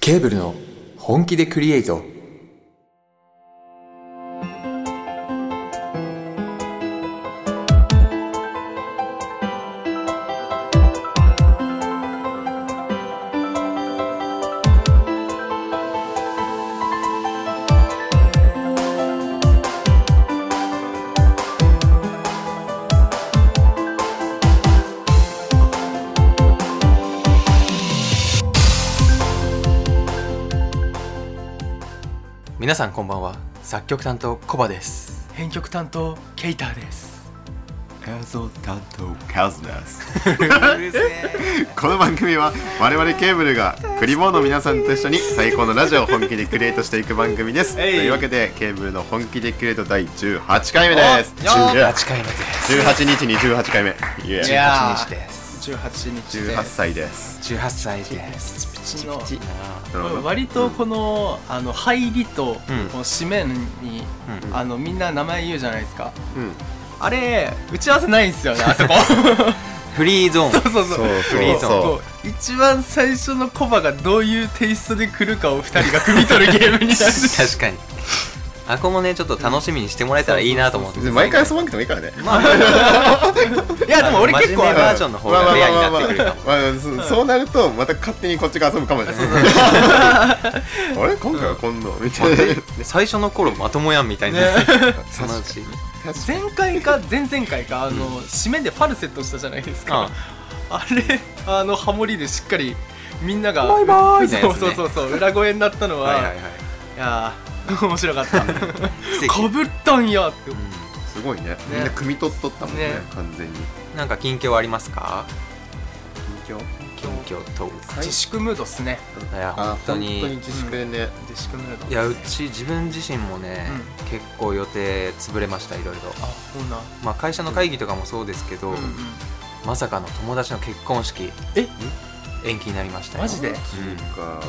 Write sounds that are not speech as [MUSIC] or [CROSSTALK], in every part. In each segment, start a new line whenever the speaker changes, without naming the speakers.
ケーブルの本気でクリエイト皆さんこんばんは作曲担当コバです
編曲担当ケイターです
映像担当カズです
[LAUGHS]
この番組は我々ケーブルがクリボーの皆さんと一緒に最高のラジオを本気でクリエイトしていく番組ですと
えい
いうわけでケーブルの本気でクリエイト第18回目です
およっ
18
8回目です
日に18回目い
い
え
や
18日です
18日で
18歳です
18歳です
ピチピチの
ピチう
これ
ん
割とこの,、あの入りと、
うん
この締めに、
うん
あのみんな名前言うじゃないですか
うん
あれ打ち合わせないんですよねあ
[LAUGHS]
そこ
フリーゾーン
そうそう
そう
フリーゾーン
こう一番最初のコバがどういうテイストで来るかを2人が汲み取るゲームになる
確かにあこもねちょっと楽しみにしてもらえたらいいなと思って
そう毎回遊ばなくてもいいからね
まあ
いやでも俺結構
真面目バ
あの
ージョンの方がレアになってくるかも
まあまあまあまあまあそそうなるとまた勝手にこっちが遊
[LAUGHS]
ぶかもしれないあれ今回はこんなみたいな
最初の頃まともやんみたいな、
ね
そのうち
前回か前々回かあの、締めでファルセットしたじゃないですか、
うん
あれあのハモリでしっかりみんなが
バイバイのやつ
そ
ね
うそうそうそう裏声になったのは
はい
い
はいはい
やー [LAUGHS] 面白かったか
奇跡
ぶったんやって
う
すごいねみんな汲み取っとったもんね
ね
完全に
んなんか近況ありますか
近況
近況トー
自粛ムードっすね
クいや
あ
本当に
自粛でね、
自粛ムード
いやうち自分自身もね、結構予定潰れましたいろいろ、
あほうな
まあ、会社の会議とかもそうですけど、
うんうん
まさかの友達の結婚式
え
延期になりましたよ
マジで
うんかちょっ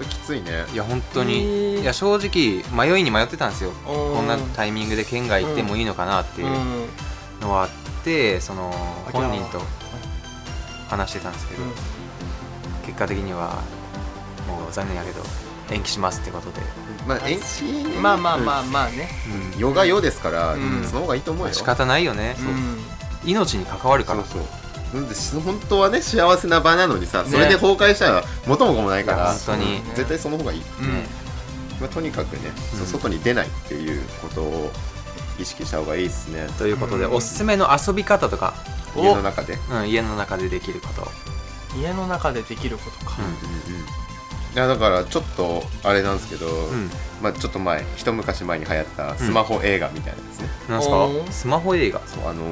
ときついね
いや本当
へ
に
ー
いや正直迷いに迷ってたんですよこ
こ
んなタイミングで県外行ってもいいのかなっていう
うん
のはあってその
あ
本人と話してたんですけど結果的にはもう残念やけど延期しますってことで
まあ延期ね
まあまあまあまあね
うん世が世ですから、
うん
その方がいいと思うよ
仕方ないよね
うん
命に関わるか
そ
ら
うそうなんでし本当はね幸せな場なのにさそれで崩壊したら元も子もないか
いや
ら
本当に
絶対その方がいい、
うん
ね
まあ、とにかくね、
うん
そう外に出ないっていうことを意識した方がいいですね
ということで
うん
おすすめの遊び方とか、
お
家の中で、
うん、家の中でできること
家の中でできることか
う
いやだからちょっとあれなんですけど、
うん
まあ、ちょっと前一昔前に流行ったスマホ映画みたいなですね、
なんす
お
か
ー
スマホ映画
そうあの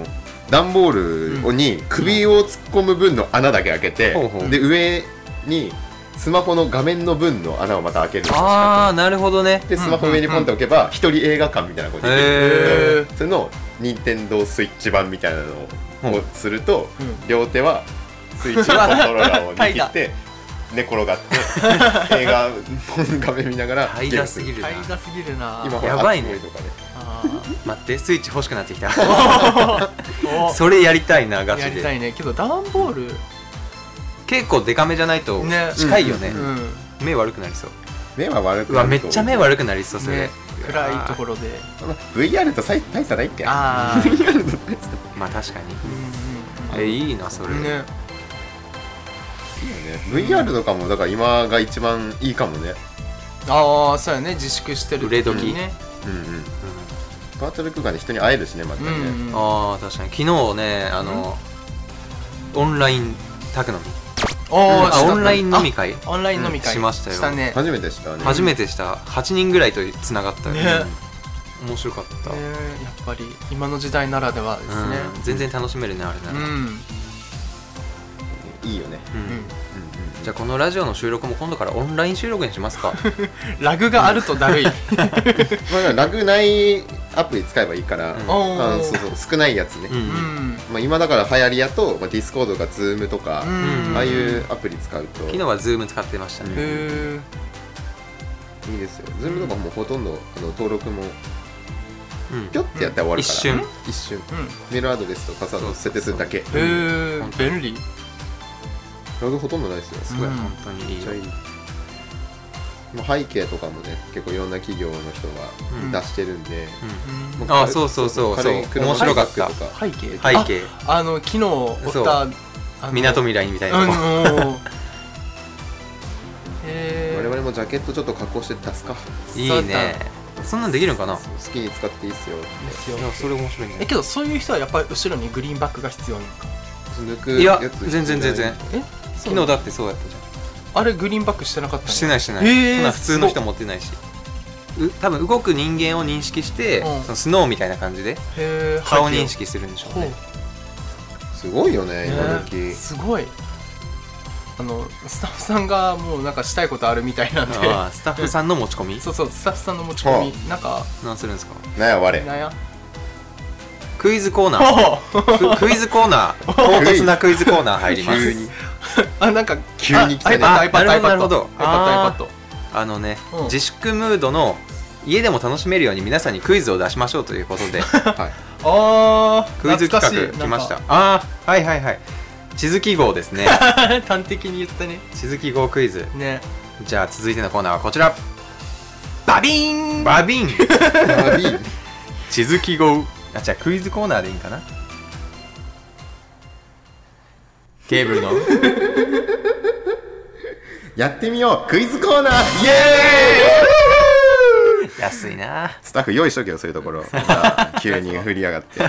段ボールをに首を突っ込む分の穴だけ開けて、
ほうほう
で上にスマホの画面の分の穴をまた開けるんですよ
ああなるほどね
でスマホ上にポンって置けば一人映画館みたいなことできる
へ
え
それの任天堂スイッチ版みたいな
ほ
の
う
をすると
うん
両手はスイッチのコントローラーを握って寝転が
[LAUGHS]
って映画の画面見ながら
平らすぎるな
買いだすぎるな
今ほ
や
ら
ばいね
熱とかね
あー
待ってスイッチ欲しくなってきた
お
[LAUGHS] それやりたいなガ
や
チ
りた
で
いねけどダンボール
結構デカめじゃないと
ね
近いよね
う
うん
目悪くなりそう
目は悪く
う
な
わ
る
めっちゃ目
は
悪くなりそうそれ
ね暗いところで
VR とさい大差ないっけ
あ
[LAUGHS]
あ
VR と大差な
まあ確かに
うん
えいいなそれ、
ね
いよね VR とかもだから今が一番いいかもね
ああそうやね自粛してる
売れ時
時にね
うんうんバーチャル空間で人に会えるしねまた
う
ね、
ん
う
うんんあ
あー確かに昨日ねあのオンライン宅飲み
ー
あ
した
オンライン飲み会
オンライン飲
う
み
ん
会
しましたよ
したね
初めてしたね
初めてした8人ぐらいとつながったよ、
ね
うん面白かった、
ねやっぱり今の時代ならではで
うん
す
全然楽しめるねあれなら、
ね
いいよね
う
うんん
じゃあこのラジオの収録も今度からオンライン収録にしますか
うんラグがあるとだるい
まあでも楽ないアプリ使えばいいから、
[LAUGHS] うん
あ
お
の
ー
そうそう少ないやつね、
う
うんん
まあ、今だから流行りやと、まあ、ディスコードが Zoom とか、
ん
ああいうアプリ使うと
昨日は Zoom 使ってましたね、
へ
いいですよ Zoom とかもうほとんどあの登録も
うん
ピョッてやったら終わる
一
から、
瞬
一瞬
えうん
メールアドレスとパスワードを設定するだけ
へえ便利
ラグほとんどないですよ
すごい、
うん
本当にい
めっ
い
ち
よ
ゃいいまあ背景とかもね結構いろんな企業の人
うん
が出してるんで、
うん
も
ああそうそうそう
軽い
そう
車の
面白かった
バッグとか
背景
背景
ああの昨日
そ
追
う
ったあの
みなとみらいみたいな
うん
とこ、
もうへ
我
え
々もジャケットちょっと加工して出すか
いいねそんなんできるんかない
好きに使っていいっすよ
ですよ
やそれ面白いね
[LAUGHS] えけどそういう人はやっぱり後ろにグリーンバックが必要なのか
抜く
いや
やつ
全然全然
え
昨日だってそうやったじゃ
あれグリーンバックしてなかった
んして
な
ないしてない、
えー
そんな普通の人持ってないしう多分動く人間を認識して、
うん
そのスノーみたいな感じで
へえ
顔認識するんでしょう
ほう
ね
すごいよね今時、
ねすごいあのスタッフさんがもうなんかしたいことあるみたいなんで
ああスタッフさんの持ち込み
そうそうスタッフさんの持ち込
は
みなんか
なんするんですか
なんや我
なんや
クイズコーナ
[LAUGHS]
ー
おう
ククイズコーナ
[LAUGHS]
ー唐突なクイズコーナー入りま
急
す
に
あなんか
急に来たね
あ iPad
あ
iPad
なるほど
iPad
なる
iPad
ほあのね、
うん
自粛ムードの家でも楽しめるように皆さんにクイズを出しましょうという
[LAUGHS]
ことで
はい
あー
クイズ企
懐
画
か
来
い
ました
なん
ああはいはいはい地図記号です
[LAUGHS]
ね
か端的に言ったね
地図記号クイズ
ね
じゃあ続いてのコーナーはこちら
バビーン
バビン
バビー
地図記号あじゃあクイズコーナーでいいん
[LAUGHS]
かなケーブルの
やってみようクイズコーナーイエーイ
安いな
スタッフ用意しとけよそういうところさあ急に振りや
[LAUGHS]
がって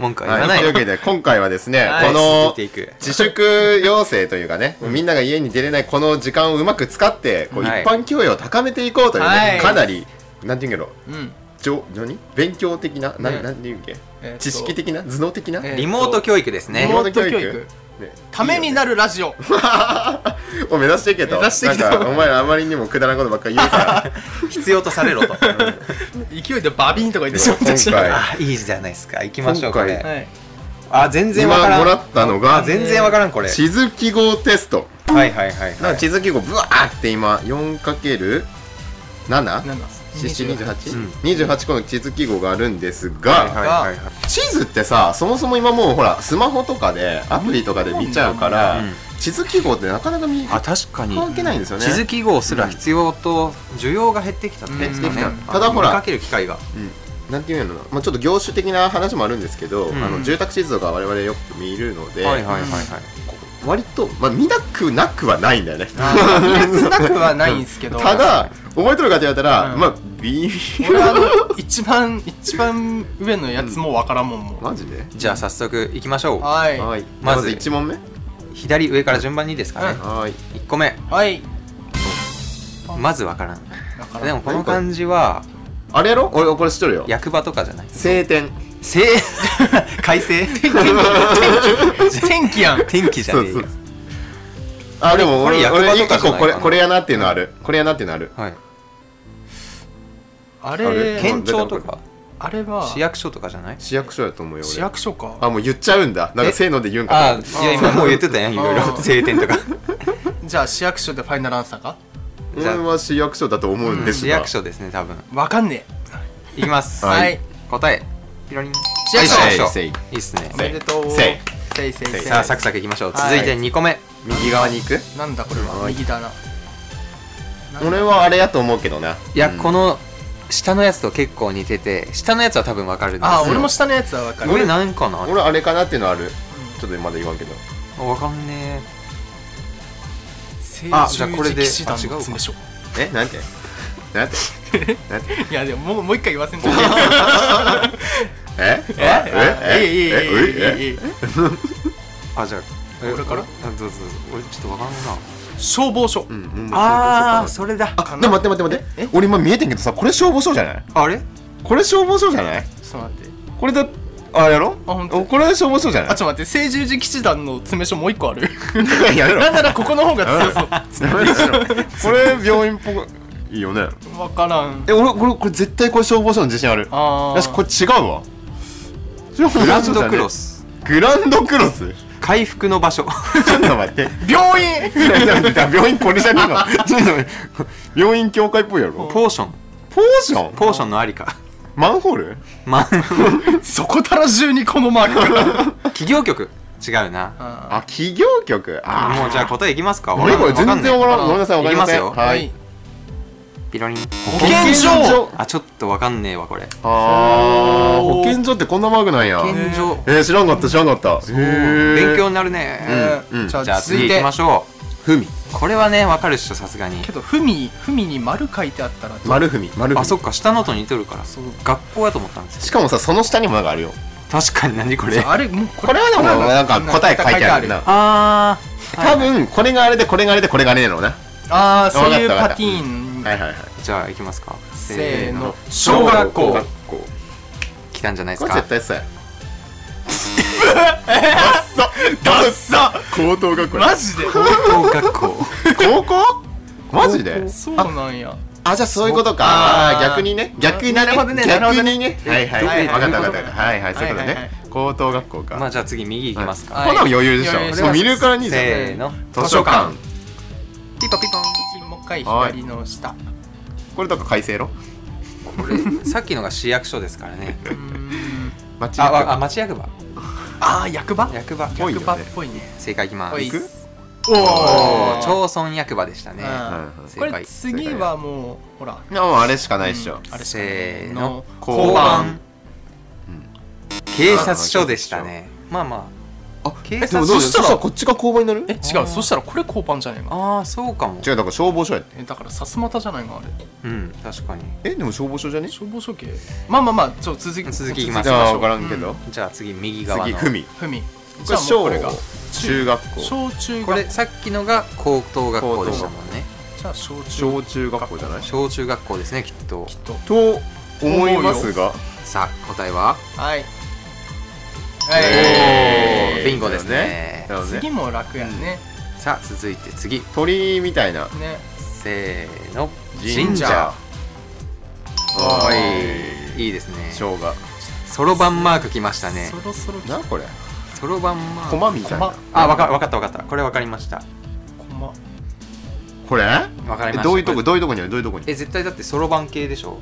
文句は言わ
は、
ないい
というわけで今回はですね、
はい
こ
続
の
いていく
自粛要請というかね、みんなが家に出れないこの時間をうまく使ってこう一
はい
般教養を高めていこうというね、
はい
かなりなんていうんやろ
うん
じょ何勉強的なな,、
ね
なんていうんやっけ、
えーっと
知識的な頭脳的な、
え
リモート教育ですね
リモート教育
リモートね
ためになるラジオ
を目指していけと
目指していけと
なんかお前らあまりにもくだらんことばっかり言うから
必要とされろと [LAUGHS]
勢いでバビーンとか言ってしまったし
今回
あいいじゃないですか行きましょうこ
今回
れ
はい
あ全然わ
今
からん
もらったの
あ
が
全然わからんこれ
地図記号テスト
はいはいはい
な
は
ん
い
か地図記号ぶわーって今 4×7?
7
728
うん、
28個の地図記号があるんですが、
はいはいはい
地図ってさそもそも今もうほらスマホとかでアプリとかで見ちゃうから、
うん
地図記号ってなかなか見
あ確かに
関係ないんですよね
地図記号すら必要と需要が減ってきたっていうんですかね
減ってきたただほら
見かける機会が
なんていうのかな、まあ、ちょっと業種的な話もあるんですけど、
うん
あの住宅地図とか我々よく見るので、
はいはいはいはい
割と、まあ、見なくなくはないんだよね
少なくはないんですけど
ただ覚えとるかって言われたら、
うん
まあ微
俺
妙
あの一番一番上のやつもわからんもんもう
マジで、
じゃあ早速行きましょう
はい
はい
ま
ま
ず
ず1問目
左上から順番にいいですかね
はい
1個目
はい
まずわからん
だから
でもこの漢字は
あれやろ俺これ知っとるよ
役場とかじゃない
晴天
せ改正
天気やん
天気じゃねえ
そ
よ
うあでも
これ
俺
これ
俺
役場とか
一
じゃ
個
ない
これ
かな
これやなっていうのある、これやなっていうのある
はい
あ
あ
れ
れ
県庁とか
あれは
市役所とかじゃない
市役所だと思うよ俺
市役所か
あもう言っちゃうんだなん
え
かせーので言うん
あ
か
あいや今もう言ってたやんいろい
あ
ろ
[LAUGHS] ー
晴天とか
じゃあ市役所でファイナルアンサーか
な [LAUGHS] 俺は市役所だと思うんです
市
が、
役所ですね多分
わかんね
いきます
え
はい
はい
答えピロリン
市役所
はい市役所
せい
いいっすね
おめでと
せ
う
い
せいせいせい
さあサクサクいきましょう
はい
続いて2個目
右側に行く
なんだこれは
はい
右だな
俺はあれやと思うけどない
やこの下のやつと結構似てて下のやつは多分わかるんですよ
あ俺も下のやつはわかる
これなんかな
俺あれかなっていうのあるちょっとまだ言わんけど
わかんね
聖
あじゃあこれ
十
で
字騎士団
あ違う
の
か
詰め所
えなんてなんてなんて
いやでももうもう一回言わせんと
ええ
え
え
いいいいい
え
い
ええ
いいいい
えあじゃあえ
俺から
あどうぞどうぞ俺ちょっとわかんない
消防署
うんうん
なああそれだ
あでも待って待って待って俺今見えてんけどさこれ消防署じゃない
あれ
これ消防署じゃない
ちょっと待って
これだあれやろ
あほんと
これ消防署じゃ
あちょっと待って聖十字騎士団の詰め所もう一個ある
ないやめろ
なんならここの方が強そ
や [LAUGHS] めろやめろこれ病院っぽくいいよね
うわからん
え俺これこれ絶対これ消防署の自信ある
あ
よしこれ違うわ
グ
グ
ランドクロス
グランドクロス
回復の場所 [LAUGHS]
ちょっと待って
病院
いやいやいや病院これじゃねえのちょっと待って病院協会っぽいやろ
ポーション
ポーション
ポーションのありか
マンホール
まあ
そこたら中にこのマークが
企業局違うな
あ
あ企業局あ
もうじゃあ答えいきますか
あれこれ全然わからんごめんなさい
い
わか
き
り
ま
ますせん
よ
ー
はい
ピロリン
保健所
あちょっとわかんねえわこれ
あー
ほう
保健所ってこんなマークなんや
保健所
えー、知らんかった知らんかったへえ
勉強になるね
うん
うん
じゃ
じゃ
あ
あ
続い
次行
て
きましょ
ふみ
うこれはねわかるっしょさすがに
けどふみふみに丸書いてあったら
丸ふみ丸
あ
ふ
そっ
み
か下のと似とるから
そう
学校やと思ったんです
し
よ
かもさその下にもなんかあるよ
確かに何これ
あれもうこ
これはでもなんか答え書いてあるな
あー
多分これがあれでこれがあれでこれがあれやろうなは
ああそういう
わかったわか
パ
った
ティーン
いはいはい
じゃあ行きますか
せーの
小学
小
校
学校
来たんじゃないで
こ
す
れ
か
絶対そうやダッサダッサ高等学校や
マジで
高学校
高校マジで
そうなんや
あじゃあそういうことか
あ
あ
ー
ー逆にね逆にね
なるほどねなるほ
逆
どね
にねはいはい
はい
分かった
はい
分かったはいはいそういうこと
はいはい
ね高等学校か
まあじゃあ次右行きますか
はい
こんなん余裕でし
余裕で
ょ
す
もう見るからにいいじゃん
せーの
図書館
ピポピポンもう一回左の下
これとか改正ろ
これさっきのが市役所ですからね
うーん
町
あわ
役
あ町役場
ああ役場
役場
ぽいよ
役
ね
場っぽいね
正解いきます
ぽいっ
お
す
ー
お
町村役場でしたね
うん
正
こ
解
れ次はもうほら
あもうあれしかないっしょ
うんあれしかない
せーの
交
交番
番
警察署でしたねまあまあ
あ
警
えで
察
もど
署
うしたらこっちが交番になる
え
違う
違うそしたらこれ交番じゃないの
ああそうかも
だから消防署やね
えだからさすまたじゃないのあれ
うん確かに
えでも消防署じゃね
消防署系まあまあまあちょっと続き
続きいき
行
ます
じ
か
ゃあ分からんけ
う
ど
じゃあ次右側
次
の
ふみ
ふみ
こ
じ
れ
ゃあもう
小
これが
中学校
小中
こ
学
れさっきのが高等学校でしたもんね
じゃあ小中
小中学校じゃない
小中学校ですねきっと
きっと
と思いますが
さあ答えは
はい
え
お
ー
ービンゴですね
だよね
次も楽やね
さあ続いて次
鳥みたいな
ね
せーの
神社
は
はい
いいいですね
生姜
そろばんマークきましたね
そろそろき
なこれ
そろばんマーク
駒みたいな
駒
あわかわかったわかったこれわかりました
駒
これ
わかりました
えどういうと
こ
こ
れ
どういうとこにあるどういうとこに
え絶対だってそろばん系でしょ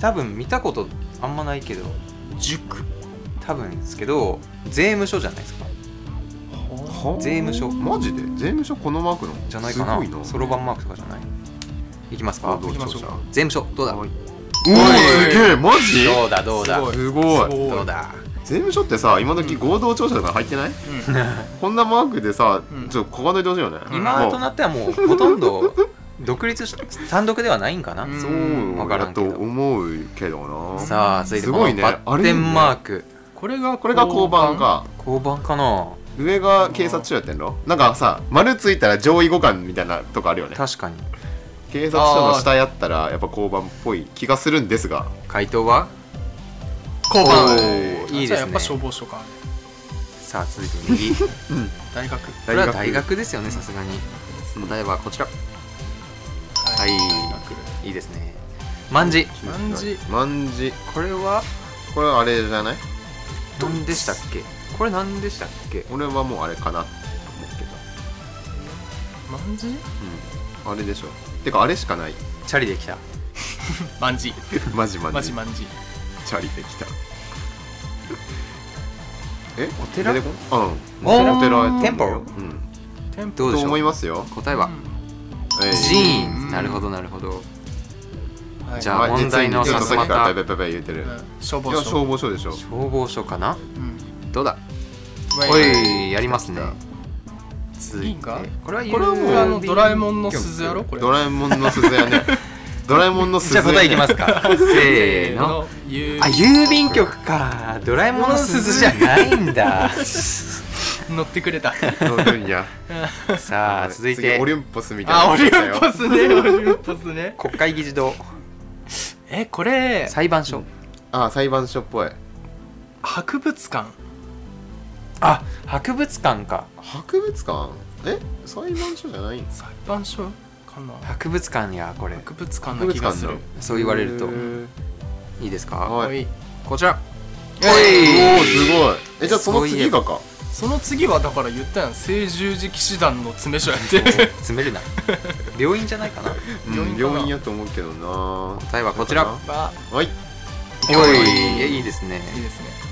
多分見たことあんまないけど
塾
多分ですけど税務署じゃないですか
は
税務署
マジで税務署このマークの
じゃないかな
すごいな
そろばんマークとかじゃないいきますか
あどう
行きま
ぞ
しょうか
税務署どうだ
は
ど
いうおおすげえマジ
だどうだ
すごい
すごい
すごい
どうだ
税務署ってさ今時合同庁舎とか入ってないこんなマークでさ
うん
ちょっとこがんといてほしいよね
今となっては
[LAUGHS]
もうほとんど独立し単独ではないんかな、
うん
そう
わから
だ
んけ
と
ど
思うけどな
さあ続いてこ
すご
の
いね
バッテンマーク、
これが
これが交番か
交番かな
上が警察署やってんのなんかさ丸ついたら上位互換みたいなとこあるよね
確かに
警察署の下やったらやっぱ交番っぽい気がするんですが
回答は
交番
おーいいですね
じゃあやっぱ消防署か
さあ続いて
[LAUGHS]
右こ
大学
れは大学ですよねさすがに答えはこちら
は
はいいいですね万字
卍
万字
これは
これあれじゃない
何でしたっけこれ何でしたっけ
俺はもうあれかなと思うけど
万字
うんあれでしょてかあれしかない [LAUGHS]
チャリで来た
万字
マジマジ
マジ万字
チャリできたえお
寺
うん
お寺
お寺やと思うよ
店舗
うん
店舗
どうで
と
しょ
思いうますよ
答えは
えい
ジー
うん
ンなるほどなるほど
はい
じゃあ問題の
実にちょっとさっきか
さ
ら
すまた
ペペペペ言ってる
う
いや
ん消防署
消防署でしょ
消防署かな
うん
どうだ
ウ
お
ェイ
いやりますね続
い
い
いん
て
か
これは
これはもうあのドラえもんの
じ
鈴やろこれ
ドラえもんの鈴やねドラえもんの鈴
ゃあ答えいきますすかせーの
ゆ
あ郵便局かドラえもんの鈴じゃないんだ
乗ってくれた
乗るんや
さあ続い
次
て
オリンポスみたいな
あオリン
ン
ポスねオリンポス
[LAUGHS]
ね
国会議事堂
えこれ
裁判所
あ裁判所っぽい
博物館
あ博物館か
博物館え裁判所じゃないん
裁判所かな
博物館やこれ
博物館な気がする
博
そう言われると
へー
いいですか
はい
はい
こちら
おーすごいえじゃあその次がか
その次はだから言ったやん青十字騎士団の詰め [LAUGHS] 所やって
詰めるな病院じゃないかな
うん
病院かな
病院やと思うけどな
答えはこちら
あ
はい
おいいいですね
いいですね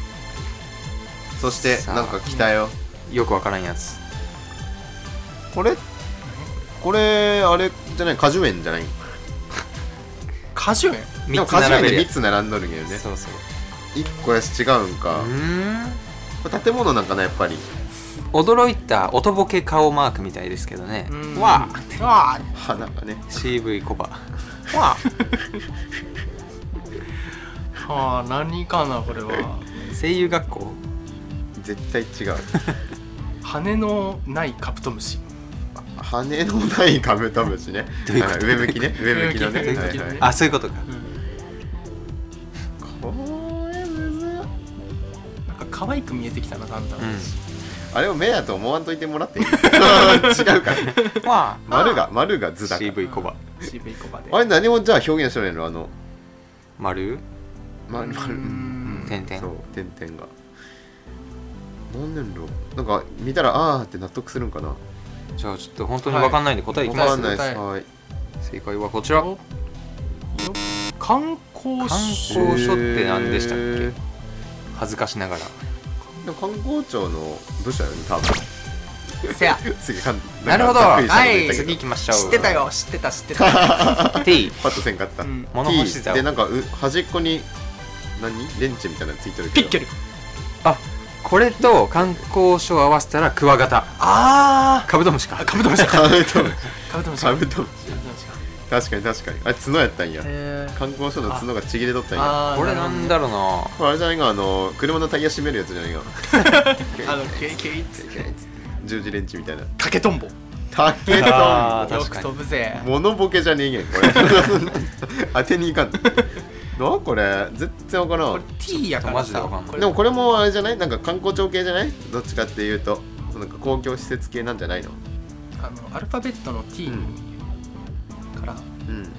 そして
さあ
なんか来たよ
よくわからんやつ
これこれあれじゃない果樹園じゃない
果樹園
で
3
も
つ
果樹園
並べ
で
るや
3
つ
つ並んどるけどね
そうそう
1個やし違うんか
うーん
これ建物なんかなやっぱり
驚いた音ボケ顔マークみたいですけどね
うん
わあ
わあ
花がね
CV コバ
わあはあ何かなこれは
声優学校
絶対違う
羽のないカブトムシ
羽のないカブトムシね
どういうこと
はい上向きね上向きのね
上向き
はいはい
あそういうことか
これむずい
なんか可愛く見えてきたなだんだん、
う
あれを目だと思わんといても
[LAUGHS]
らっていい違うからね
んわあ
丸が丸が図だから
CV コバ
渋いコバで
あれ何もじゃあ表現してないのあの
丸
丸
う
丸
ん
点々
そう点々が何年ろなんか見たらあーって納得するんかな
じゃあちょっと本当にわかんないんで答えいき
わ
ま
か
す、
んないで
答え
すはい
正解はこちら
およ観光
観
所
光書って何でしたっけ
へー
恥ずかしながら
でも観光庁の部署よね多分 [LAUGHS]
せや
次かん
なるほど
なんかざっくり
はい
したこと言ったけど
次行きましょう
知って [LAUGHS] たよ知ってた知って [LAUGHS] た、
T
パッとせんかった、
う、
うん
物干し座
でなんかう端っこに何レンチみたいなのついてるけ
ピ
ど [LAUGHS]
ッケル
あこれと観光書合わせたらクワガタ
あ
カブトムシか
あカブトムシ
カブトムシ
カブトムシ
カブトムシ
カブトムシか
確かに確かにあれ角やったんや
えー
観光所の角がちぎれとったんや
あー
これなんだろうな
これあれじゃないがあの車のタイヤ締めるやつじゃないが
あのケイケイっつって
十字レンチみたいな
竹とんぼよ
タケ
あー
ト
確
く
かに
飛ぶぜ
ンモノボケじゃねえげんこれ [LAUGHS] 当てにいかんなこれ絶対わから
これ
ん
T やから
ちょっとマ
さ
ジでわかんない
これ
でもこれもあれじゃないなんか観光庁系じゃないどっちかっていうとそのなんか公共施設系なんじゃないの
あのアルファベットの T
う
から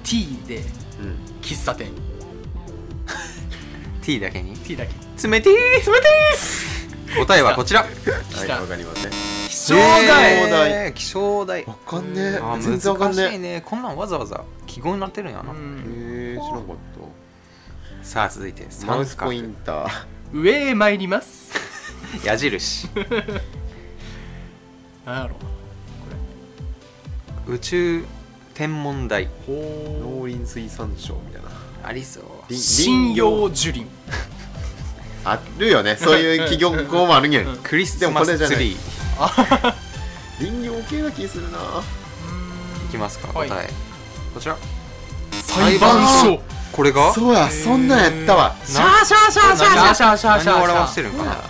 T で
うんうん
喫茶店
T だけに
T だけ
冷てえ冷てえ答えはこちら
はい、
た
わかりません。
気象害
えー気象台
わかんねえ
あー
全然わかん
難しい
ね
ねこんなんわざわざ記号になってるんやな、
え。へえ、知らんかっ
さあ続いて
た。マ
三
ウス
角
ポインター。
上へ参ります
矢印
なんやろ
宇宙天文台
ほ
農林水産省みたいな。
ありそう
り
信用樹林
あるよね。そういう企業語もあるにゃん。
うん
クリスマスツリー
林業系な気するな。
いきますか
は
答
い
え、こちら
裁判所
これが
そうや、そんなんやったわ。
シャーシャーシャーシャーシャーシャーシャー何を表してるんかな
な
あ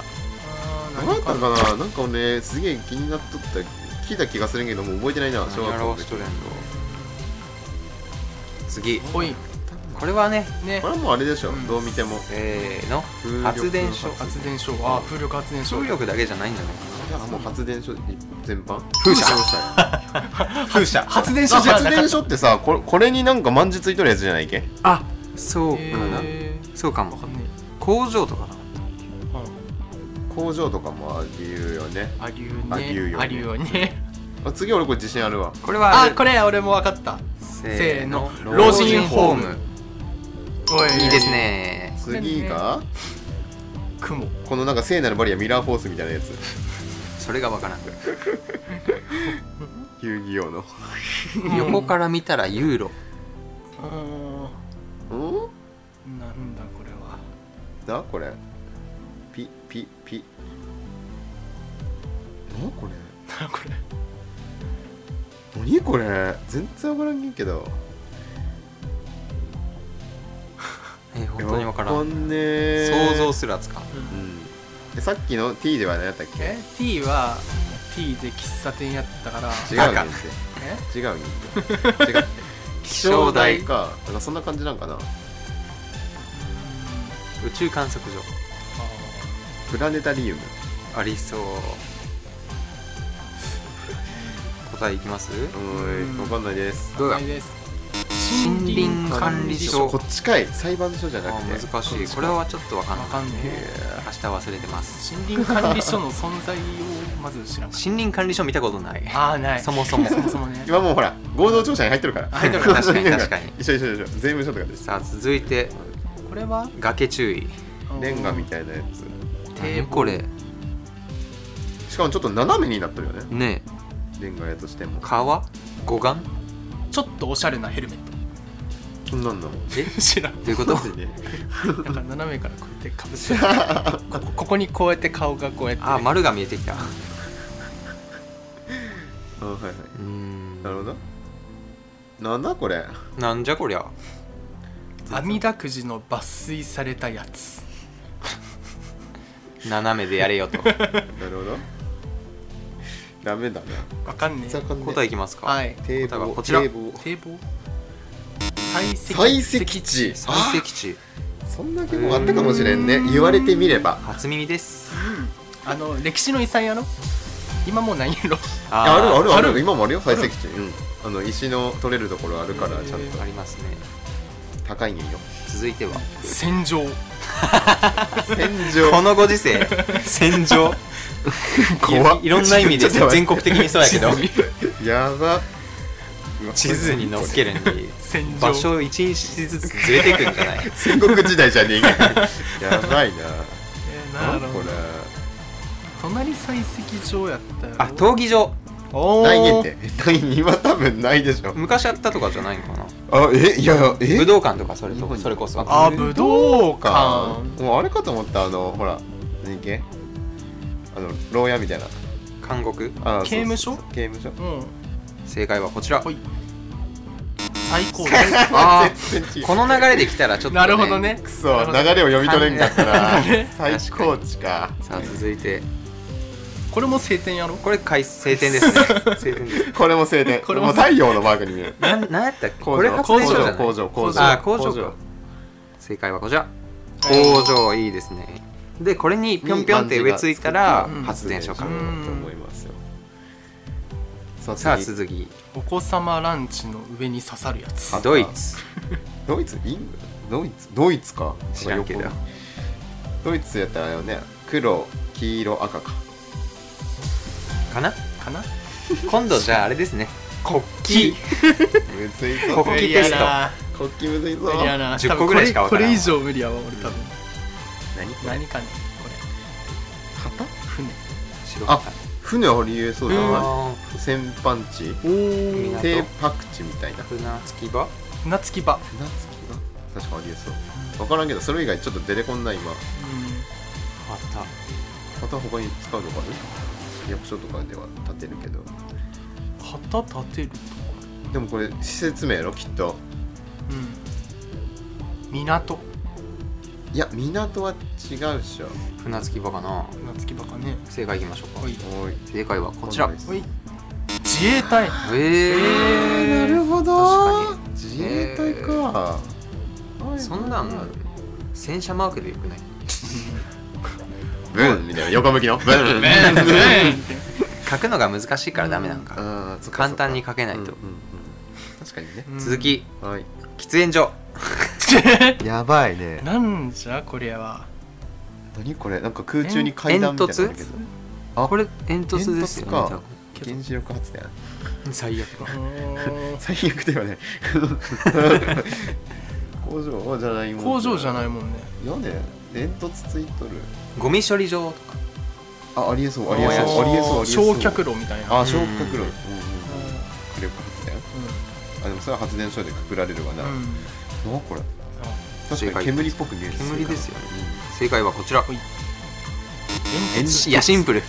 ー
んだったかな。なんかね、すげえ気になっとった。聞いた気がするけどもう覚えてないな。小学校
何を
の
表
時
してるんだ次
ほい
これはね
ね
これはもうあれでしょ
うん。
どう見ても。
えーの
風力
発電所
発電所あー風力発電所
風力だけじゃないんじゃないか
いやもう発電所全般。
風車
風車発電所じゃ
発
なかっ
電所ってさこれこれになんかまんじついとるやつじゃないっけ
なあそうか
た
な
えー
そうかも
わかんね
工場とかな
え
工場とかもありうよね
ありゅ
ありゅう
う
よ
ね
ね
ありゅうね
あ次俺これ自信あるわ
これは
あこれ俺も分かった
せーの
せーの
老人ホーム
お
いいですね
次が
雲
このなんか聖なるバリアミラーフォースみたいなやつ [LAUGHS]
それがわからなく
遊戯王の
横から見たらユーロ
あ
ん
ーなんだこれは
だこれピピピなこれ
なこれ
何これ全然わからんけど
えー本当にわから
わ
ん
んねえ
想像すらつかん
うんえさっきの T では何やったっけ
え T は T で喫茶店やったから
違うねん
バ
え
て違うねんて違う
[LAUGHS] 気象台宇
かなんかそんな感じなんかな
宙観測所
プラネタリウム
ありそう答えいきます
うーんわかんないです
どうだ
いです
森林管理所
こっちかい裁判所じゃ
あ
なくて
難しいこれはちょっとわかんな
わ
い
かんね
明日忘れてます
え森林管理所の存在をまず知らんかっ
森林管理所見たことない
[LAUGHS] たああーない
そも [LAUGHS] そも
そもそもね
今もうほら合同庁舎に入ってるから
入ってる
確
[LAUGHS]
かに確かに
一緒一緒一緒税務署とかです
さあ続いて
これは
崖注意
レンガみたいなやつ
堤
何
防
これ
しかもちょっと斜めになってるよね
ね
レンガ屋としても
え川護岸
ちょっとおしゃれなヘルメッ
そんなんだもん
ト知らん
という
[LAUGHS]
こと
マジで
だから斜めからこうやってかぶせてここここにこうやって顔がこうやって
あ丸が見えてきた
あはいはい
ー
う
ん
なるほどなんだこれ
なんじゃこりゃ
阿弥陀くじの抜粋されたやつ
斜めでやれよ
[LAUGHS]
と
なるほどダメだね
わかんねえ
答えい
え
きますか、
はい
堤
答えは
防
こちら
堤防
堤防採石
採石地
採石地
そんな気もあったかもしれんね言われてみれば
初耳です
あの歴史の遺産やろ今もうないやろ [LAUGHS]
いやあるあ
る
るある
ある
今もあるよ採石地うんあの石の取れるところあるからちゃんと
ありますね
高
[LAUGHS]
いんよ
続いては
[LAUGHS]
戦場
戦
こ
場
のご時世戦場
[LAUGHS] 怖っ
いいろんな意味で
ちょっと
全
待って
国的にそうやけど
やば
地図に載っけるのに
戦場
場所を1日ずつずれていくんじゃ
[LAUGHS]
ない
戦国時代じゃね
[LAUGHS]
えかやばいな
えーな
なんんだ
だろ
こ
う
れ
な隣採石場やったやろ
あ闘技場
おー
ないねってない今多分ないでしょ
昔あったとかじゃないのかな
あえいやえ
武道館とかそれ
日
と
本に
それこそ
あ武道館
かもうあれかと思ったあのほら何系あの牢屋みたいな
韓国
あ
刑務
そ
所
うそうそう刑務所
うん
正解はこちら
ほい最高だ
あー
全然違う
この流れで来たらちょっと、
なるほどね
くそ流れを読み取れんかった
な
ら
[LAUGHS]
る
最高値か
さあ続いて
これも晴天やろ
これ回晴天ですね晴天です
これも
[LAUGHS]
晴天
こ
こ
れ
れも
も
う太陽のマークに見える
なんなんやったっけ
工
これ
場
発
工
電所じゃな
場
い
工場工場
あ工場か正解はこちら工場いいですねでこれにぴょんぴょんって植えついたら
うん
発電所か
だと
うん
思いますよ
さあ
次
続き
お子様ランチの上に刺さるやつ
あ
ドイツ
ドイツイングドイツドイツか
知らんけど
ドイツやったらあれよね黒黄色赤か
かな
かな
今度じゃああれですね国旗
むずい
こ
ぞ
こ国旗テスト
無理やな
国旗むずいぞ
無理やな
10
多分
個ぐらいしかわからん
これこれ以上無理やわ俺多分
何これ
何かねこれ
旗
船
白
あ船ありえそうじゃな
あ
い船パンチ
おー
港
低泊地みたいな
船着き場
船着き場
船付きが確かありえそう分からんけどそれ以外ちょっと出てこんない今
あった
また他に使うのかね役所とかでは立てるけど
旗立てるとこ
でもこれ施設名やろきっと
うん港
いや港は違うっしょ
船着き場かな
船着き場かね
正解いきましょうか
ほい
おい
正解はこちら
こんなです
ほい自衛隊
えー、
なるほど
確か
自衛隊か、
にそんなん戦車マークでよくない
ブーンみたいな横向きのブーン
書くのが難しいからダメなのか、
あーそっかそっか
簡単に書けないと
うんうんうん確かにね、
続き
はい
喫煙所
やばいね
なんじゃこれは
何これなんか空中に階段みたいなのあるけどあ
これ煙突ですよね
煙突
多
か原子力発電
分最悪だ
最悪だよ [LAUGHS] ね工場じゃないもん
工場じゃ
い
ないもんね
なんで煙突ついとる
ゴミ処理場とか
あありえそうありえそうありえそうありえそう
焼却炉みたいな
あ焼却
う
炉
ん
うんうん火力発電あでもそれは発電所でくくられるわな、
うんうん
なんかこれ
あ
確かに煙っぽく見える
煙ですよね正解はこちら
い
いやシンプル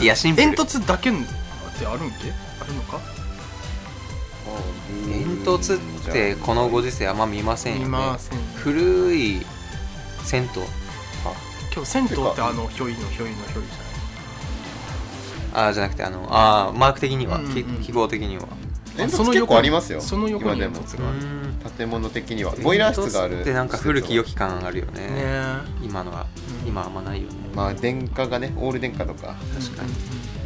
いやシンプル
煙突だけってあるんけあるのか
煙突ってこのご時世あんま見ません
見
よ
ま
ね
せん
古い銭湯
今日銭湯って
てか
あのひょいのひょいのひょいじゃな
あ
い
あじゃなくてあのあーマーク的には、
うんうん
き
うん
記号的には
煙
そ
突
の横に
結構ありますよ
その横に
今でも
煙突がある
建物的にはボイラー室があ
煙
る
突ってなんか古き良き感あるよね
ね
今のは
うん
今あんまないよね、
まあ電化がねオール電化とか
え
確かに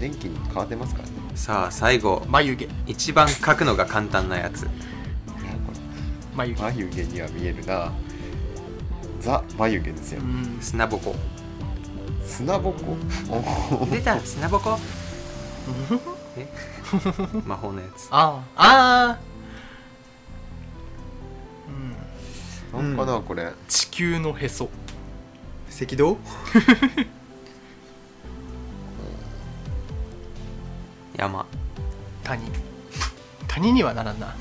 電気に変わってますからね
さあ最後
眉毛
一番書くのが簡単なやつ
なんかこ
眉
れ
毛
眉毛には見えるなザ眉毛ですよ
うん
砂ぼこ
砂ぼこ
出た砂ぼこえ魔法のやつ
ああああうん
おなんかなこれ
地球のへそ
赤道山
谷谷にはならんな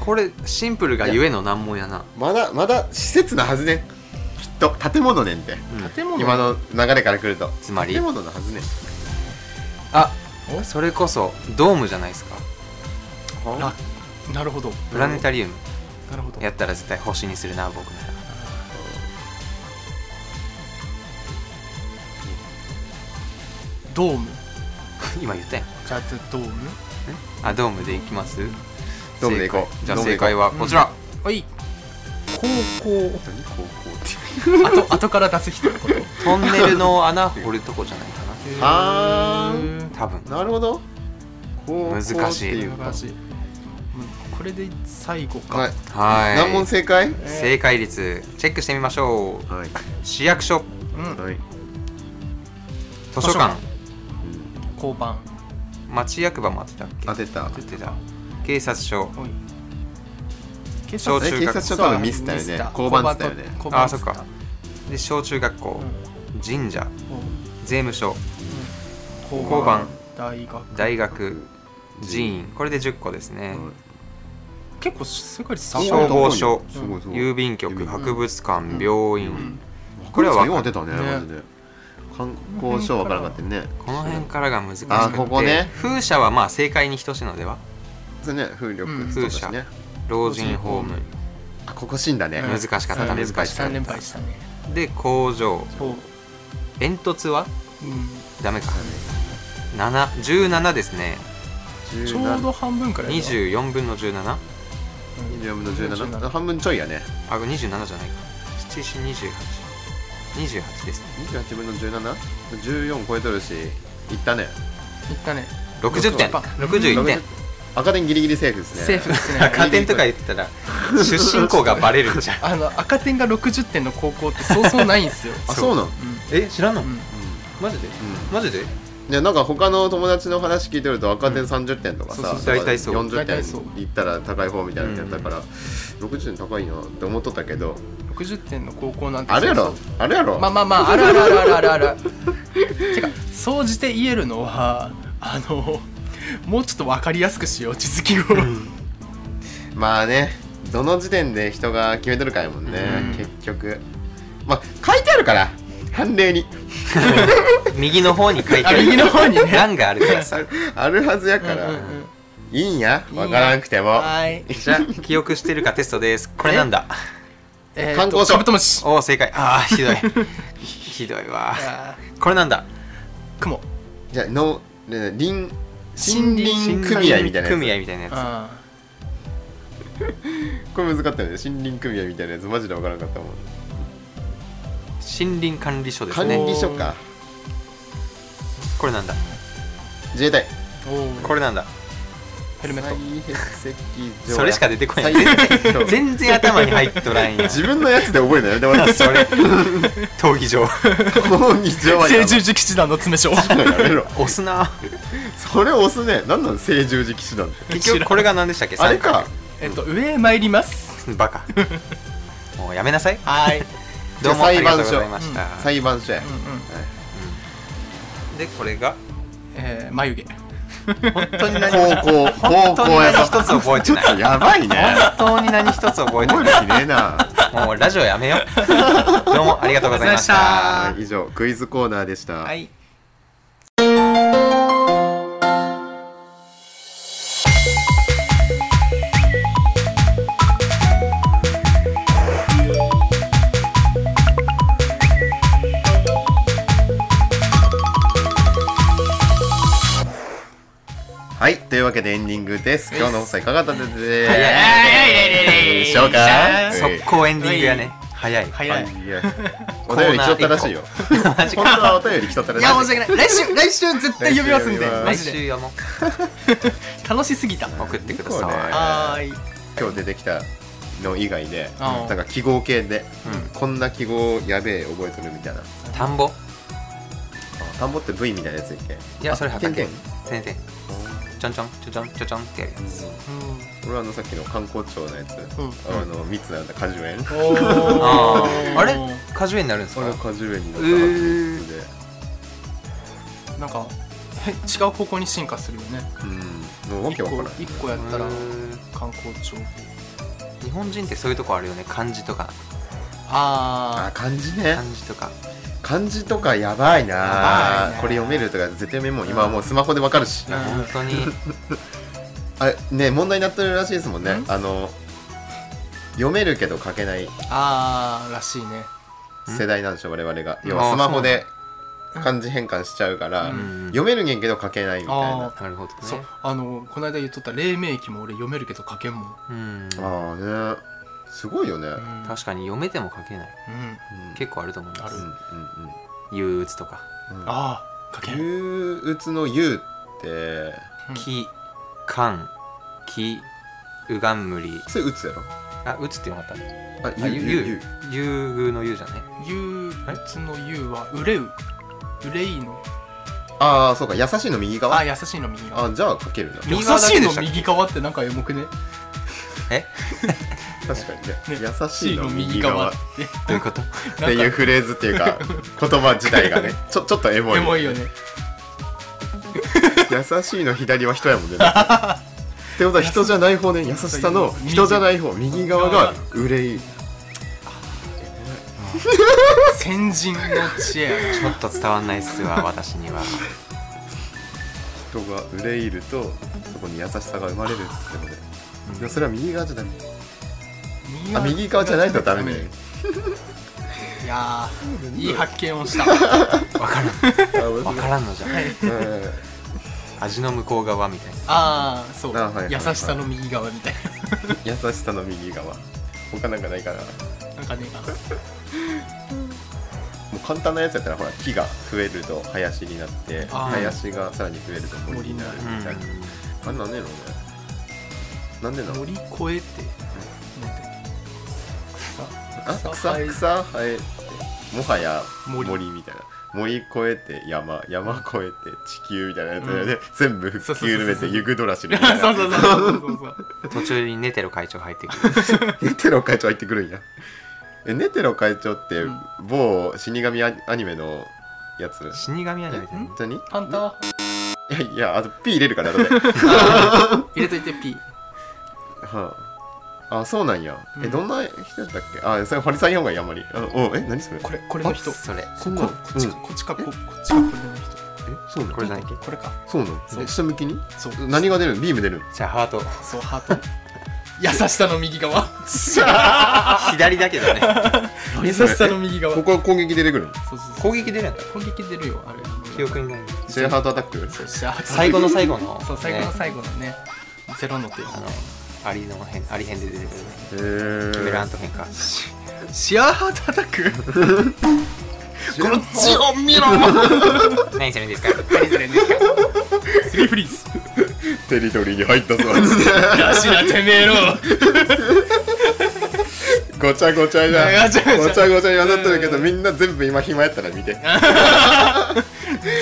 これシンプルがゆえの難問やな
まだまだ施設なはずねきっと建物ねんて
うん
建物
今の流れからくると
つまり
建物のはずねん
あ
お
それこそドームじゃないですか
あなるほど
プラネタリウム
なるほど
やったら絶対星にするな僕なら
ドーム
今言ったやん
じゃあドーム
あドームで行きます
ドームで行こ
正解
う
じゃあ
ドーム
正
で行こう
解はこちら、
はい高校
何高校って
後 [LAUGHS] 後から出す人のこと
トンネルの穴掘るとこじゃないかな
はー
多分
なるほど高校っていう
難しい
素晴らしいうんこれで最後か、
はい
はい
難問正解
正解率チェックしてみましょう
はい
市役所
うん、
はい
図書館
交番
町役場も当てたっけ
当てた
当てた警察署
おい警
小
え
中
警
学
察署多分ミスったよね交番っつったよね
あそっかで小中学校、神社税務署
交
交番
大学
大学寺院これで10個ですね、
結構世界率
い
高
消
い
防署
すごいすごい
郵便局
郵便
博物
う
館
ん
病院、こ
こ
れ
れ
は
は
分
分
か
か
っ
ったてたね
ね
マジで観光署は分からなかったよね
この辺からが難しくて
あここね
風車はまあ正解に等しいのでは
それね風力とかしね
老人ホーム
あここ死んだね
う
難
ん
しかった
三
難しかった
3連敗したね
で工場
そう、うん、
煙突はダメか7 17ですね
17
ちょうど半分くらいだわ
24分の17
うん
24分の
17
17半分ちょいやね
あ27じゃないか72828ですね
28分の 17?14 超えとるしいったね
いったね
60点
六
61点
赤点ギリギリセーフですね
セーフですね
赤点とか言ったら出身校がバレるんじゃん
あの赤点が60点の高校ってそうそうないんですよ、
あそうなの
え知らんの
うんうん、
マジでマジで
いやなんか他の友達の話聞いてると赤点30点とか
そう
さ
そう
大体そう
40
大体そう
点いったら高い方みたいなのやったから60点高いなって思っとったけど
60点の高校なんて
あるやろあるやろ
まあまあまああるあるあるあるあるあるてか総じて言えるのはあのもうちょっと分かりやすくしよう地図記号、
まあねどの時点で人が決めてるかやもんね
うん
結局まあ書いてあるから判例に [LAUGHS]
右の方に書いて
あ
ある
右の方にね
欄があるからさ
あるあるはずやから
うんうんうん
いいんやわからんくても
はい、
[LAUGHS] じゃあ記憶してるかテストですこれなんだ
え
観光所
カブトムシ
おお正解ああひどい [LAUGHS] ひどいわ
あー
これなんだ
雲
じゃあのね林
森
森
林
林組合みたいなや
組合みたいなや
あ
つこれ難かったよね森林組合みたいなやつマジでわからんかったもん
つ森林管理所です
管
ね
理所か
これなんだ
自衛隊
ーおー
これなんだ
ヘルメット
最壁上
それしか出てこない
最そう
全然頭に入っとらんや
自分のやつで覚えないでも俺
[LAUGHS] それ闘技場
闘技場はやば
聖
い
十字騎士団の詰め所
やめろ
押す
[LAUGHS]
な
それ押すね何なの聖十字騎士団って
結局これが何でしたっけ
あれか
えっと上へ参ります
三角バカ
[LAUGHS]
もうやめなさい [LAUGHS]
はい、
どうもありがとうございました、
裁判所や
うんうん
でこれが
えー、眉毛
本当に何も
高校高
本当に
校や
何一
ぞ
つ覚え
ち
て
ょっ
ない
とやばいね
[LAUGHS] 本当に何一つ覚えて
覚え
ない
る気ねえな
[LAUGHS]
もうラジオやめようどうもありがとうございまし
ありがとうございました
た
はい以上クイズコーナーでした
はい
はいというわけでエンディングです今日の放送いかがだったで
いや
しょうか
速攻エンディングやね早い
早い、 [LAUGHS] い、
いやお便り来とったらしいよ
マジ
本
か
当はお便り来とったらしい
や申し訳ない来週来週絶対呼びますんで
来週呼びます
マ
来
ジ
週
で
読もう
楽しすぎた
送ってくだ
そうね
さ
はーい
今日出てきたの以外で
あー
なんか記号系で、こんな記号やべえ覚えとるみたいない
田んぼ
田んぼって V みたいなやついっけ
いやそれ畑
てんて
先
ん
生ちょんちょんちょちょんちょちょんってやるやつ
俺はあのさっきの観光庁のやつ、
ん
あの3つなんだ果樹園
おー
あーあれ果樹園になるんです
俺
か
果樹園になった
えー
で
なんかへ違う方向に進化するよね
うんもうわけわからない
一個一個やったら
うーん
観光庁
日本人ってそういうとこあるよね漢字とか
あ
あ
あ
漢字ね
漢字とか
漢字とかやばい
やば
ない
ね
これ読めるとか絶対メモ今はもうスマホでわかるし
いや
うん
本
[LAUGHS]
当に
あね問題になってるらしいですもんね
ん
あの読めるけど書けない
あーらしいね
世代なんでしょ我々が
うん
要は
あー
スマホで
そう
漢字変換しちゃうから、
うん
読めるんやけど書けないみたいな
あ
なるほどね
あそうあのこの間言っとった黎明期も俺読めるけど書けんもん、
うん
ああねすごいよね、うん
うん、
確かに読めても書けない
うん
結構あると思うんで
ある
す
うん
憂鬱とか
うんうん
ああ書けん
憂鬱の憂って
うん
気感気うがんむり
それ鬱やろ
あ鬱ってよかったね
あ
あゆ
憂憂
ゆ優遇の優じゃね
憂鬱の憂は憂う憂いの
ああそうか優しいの右側
あ
あ
優しいの右側
あじゃあ書けるな
優
右
し
側だけ
い
で
の
したっけ
右側ってなんかエモくね
確かにね
ね
優し
C
いの
の
右
右
側
側
っ
って
どういうこと
ていうフレーズっていうか言葉自体がねちょちょっとエモい
エモいよね
優しいの左は人やもんねってことは人じゃない方ね優しさの人じゃない方右側が憂い
先人の知恵やね
ちょっと伝わんないっすわ私には
人が憂いるとそこに優しさが生まれるってことでいやそれは右側じゃダメあ右側じゃないとダメね
いやーいい発見をした
わからんわからんのじゃん
うん
味の向こう側みたいな
ああそう
あはいはい
優しさの右側みたい
優しさの右側他なんかないかなも
[LAUGHS] ななんかね
う簡単なやつやったらほら木が増えると林になって
あー
林がさらに増えると森になるみたいなあれなんでやろうねなんでなの
乗り越えてなんて
あ
草
草
生え
草生えてもはや
森
森みたいな森越えて山山越えて地球みたいなやつで、全部
そ
復
うそう
旧
そうそう
緩めてユグドラシみ [LAUGHS] たい
そう
な
そうそうそうそうそう
途中にネテロ会長入ってくる
ネテロ会長入ってくるんやえネテロ会長って
うん
某死神アニメのやつ
死神アニメみたい
本当に
ハンター
いやいやあと P 入れるから後では
入れといて P
ああそうなんやえ
うん
どんな人だったっけあそれ堀さんやんがいいあんまりあのおえ何それ
これこれの人
なそれ
そんなの
ここっち
うん
かこっちかここっちかこれの
え
人
そうなの
これじゃないっけ
これか
そうなの
そう
え下向きに
そう
何が出るビーム出る
じゃあハート
そうハート優しさの右側
左だけどね
優しさの右側
ここは攻撃出てくるの
そうそうそう
攻撃出るやんだ
攻撃出るよあれ
記憶にない
シェアハートアタック
そうシャー
最後の最後の
そう最後の
ね
最後のねゼロの手
あのアリの辺アリ編で出てくるね
へ
キベラン
ー
ト編か
シェアハートアタ
[LAUGHS]
ックこの
ジオン見ろ
何するんですか
何それですかスリーフリーズ
テリトリーに入
[LAUGHS]
ったぞ
らしなてめえろ
ごちゃごちゃじゃん
ごちゃごちゃ
ごちゃごちゃに混ざってるけどみんな全部今暇やったら見て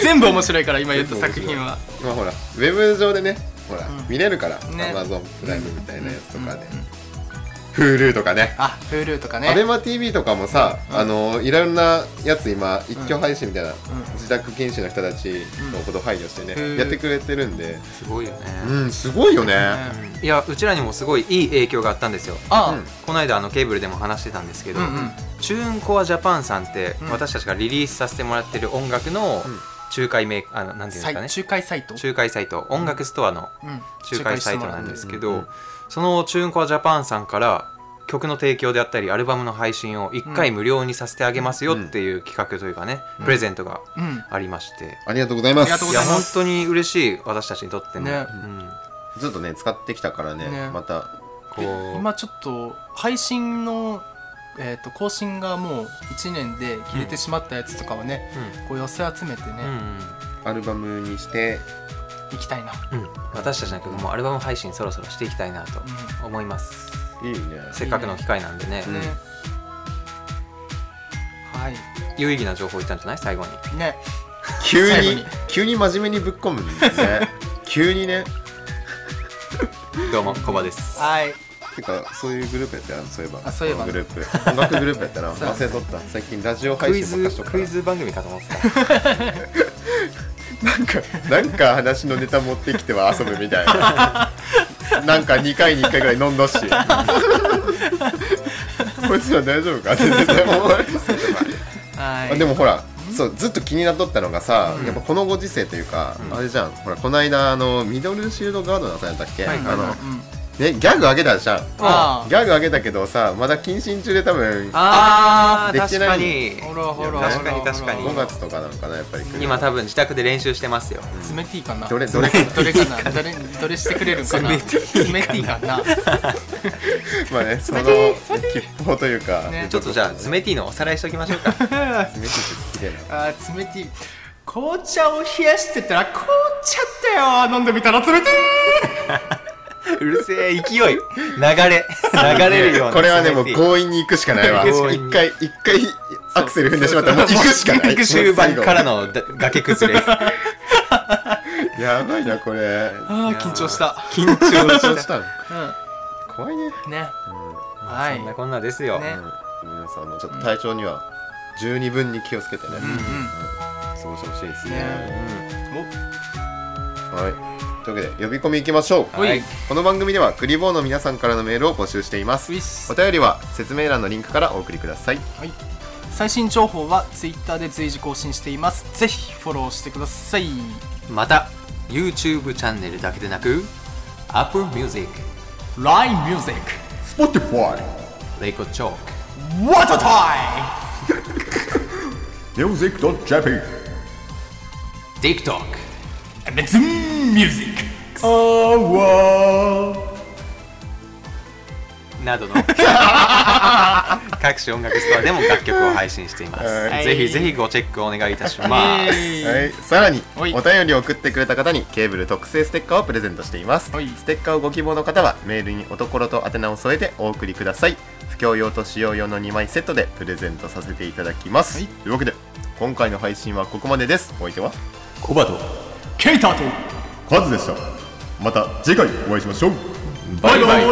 全部面白いから今言った作品は
今ほらウェブ上でねほら
ん
見れるから
ね
Amazon プライムみたいなやつとかで
うんうん
Hulu とかね
あ Hulu とかね
ABEMATV とかもさあのいろんなやつ今一挙配信みたいな
うん
自宅禁止の人たちのことを配慮して
う
ね
ん
やってくれてるんです
ごいよね
うんすごいよね
いやうちらにもすごいいい影響があったんですよ
あ
この間あのケーブルでも話してたんですけ
う
ど、
んうん
チューンコアジャパンさんって、
うん
私たちがリリースさせてもらってる音楽の
ん
仲介メーあのなんていうんです
最
かね
仲介サイト
仲介サイト音楽ストアの
うん
仲介サイトなんですけど、
うんうん
そのチューンコアジャパンさんから曲の提供であったりアルバムの配信を1回無料にさせてあげますよっていう企画というかね、プレゼントが
うん
ありまして、
ありがとうございま
ありがとう
す
ご
いや
ざいま
本
す
当に嬉しい私たちにとってね
ね
うん、
ずっとね使ってきたからね
ね
また
こう
で今ちょっと配信の、えー、と更新がもう1年で切れてしまったやつとかはね、こう寄せ集めて
うんうん
ね、
アルバムにして
行きたいな、
うんうん私たちの曲もアルバム配信そろそろしていきたいなと思います、
いいね
せっかくの機会なんでね
うんねはい
有意義な情報言ったんじゃない最後に
ね
急
最後
に
に
急に真面目にぶっ込むんです
[LAUGHS]
ね急にね
どうもコバです
はい
てかそういうグループやったなそういえば
あそういえば
このグループ音楽グループやっ
[LAUGHS]
たな
そう
忘れとった最近ラジオ
ク
配
イ
信ば
ズ
っかしとくか
ク
ら
イズ番組かと思ってた
なんか [LAUGHS] なんか話のネタ持ってきては遊ぶみたいな
[LAUGHS]
なんか2回に1回ぐらい飲んどっしこいつら大丈
[LAUGHS]
夫かって絶対思われそうだな
は
あ
い
でもほらそうずっと気になっとったのがさ、
うん
やっぱこのご時世というか、
うん
あれじゃんほらこの間あのミドルシールドガードナーさんやったっけ、
はいはい
あの
は
うん
ね、ギャグあげたじゃん
あ
ギャグあげたけどさまだ謹慎中で多分5
あー
でき
確
てな
か
い
に
ほらほら
確かに確かに
ほらほら
月とかなんかなやっぱり来る
今多分自宅で練習してますよ
爪ティーかな
どれどれ
どれかなどれどれしてくれるんかな
爪テ
爪ティーかな
ま
[LAUGHS]
あねその吉報というか、
ね
ちょっとじゃあ爪ティーのおさらいしておきましょうか [LAUGHS]
爪切ってきれいな
あー冷てい紅茶を冷やしてたら紅茶だよ飲んでみたら冷て
うるせえ勢い流れ流れるような
これはねも
爪ティ
う
ー
強引に行くしかないわ
強引に
一回一回アクセル踏んでしまったらもう行くしかない
終盤から
も
のだ崖崩れ
う最後やばいなこれ
あー緊張した
緊張
緊張
し
したの
う
怖いね
んね
た
は
そ
い
んなこんなですよ、
ね
うん皆さんもちょっと体調には十二分に気をつけてね、
うんうん
過ごしてほしいですね
ね
はいというわけで呼び込みいきましょう、
おはい
この番組ではクリボーの皆さんからのメールを募集しています
ウィス
お便りは説明欄のリンクからお送りください
最新情報はツイッターで随時更新していますぜひフォローしてください
また YouTube チャンネルだけでなく Apple Music
LINE MUSIC
Spotify
レイコチョーク
What a time!
music.jp
TikTok
レッツンミュージック
な
[LAUGHS]
どの各種音楽ストアでも楽曲を配信しています、
はい
ぜひぜひごチェックお願いいたします、
はい、さらに
はい
お便りを送ってくれた方にケーブル特製ステッカーをプレゼントしています
はい
ステッカーをご希望の方はメールにおところと宛名を添えてお送りください不況用と使用用の2枚セットでプレゼントさせていただきます、
はい
というわけで今回の配信はここまでですお相手は
コバと
ケイターと
カズでしたまた次回お会いしましょう
バイバイ
イ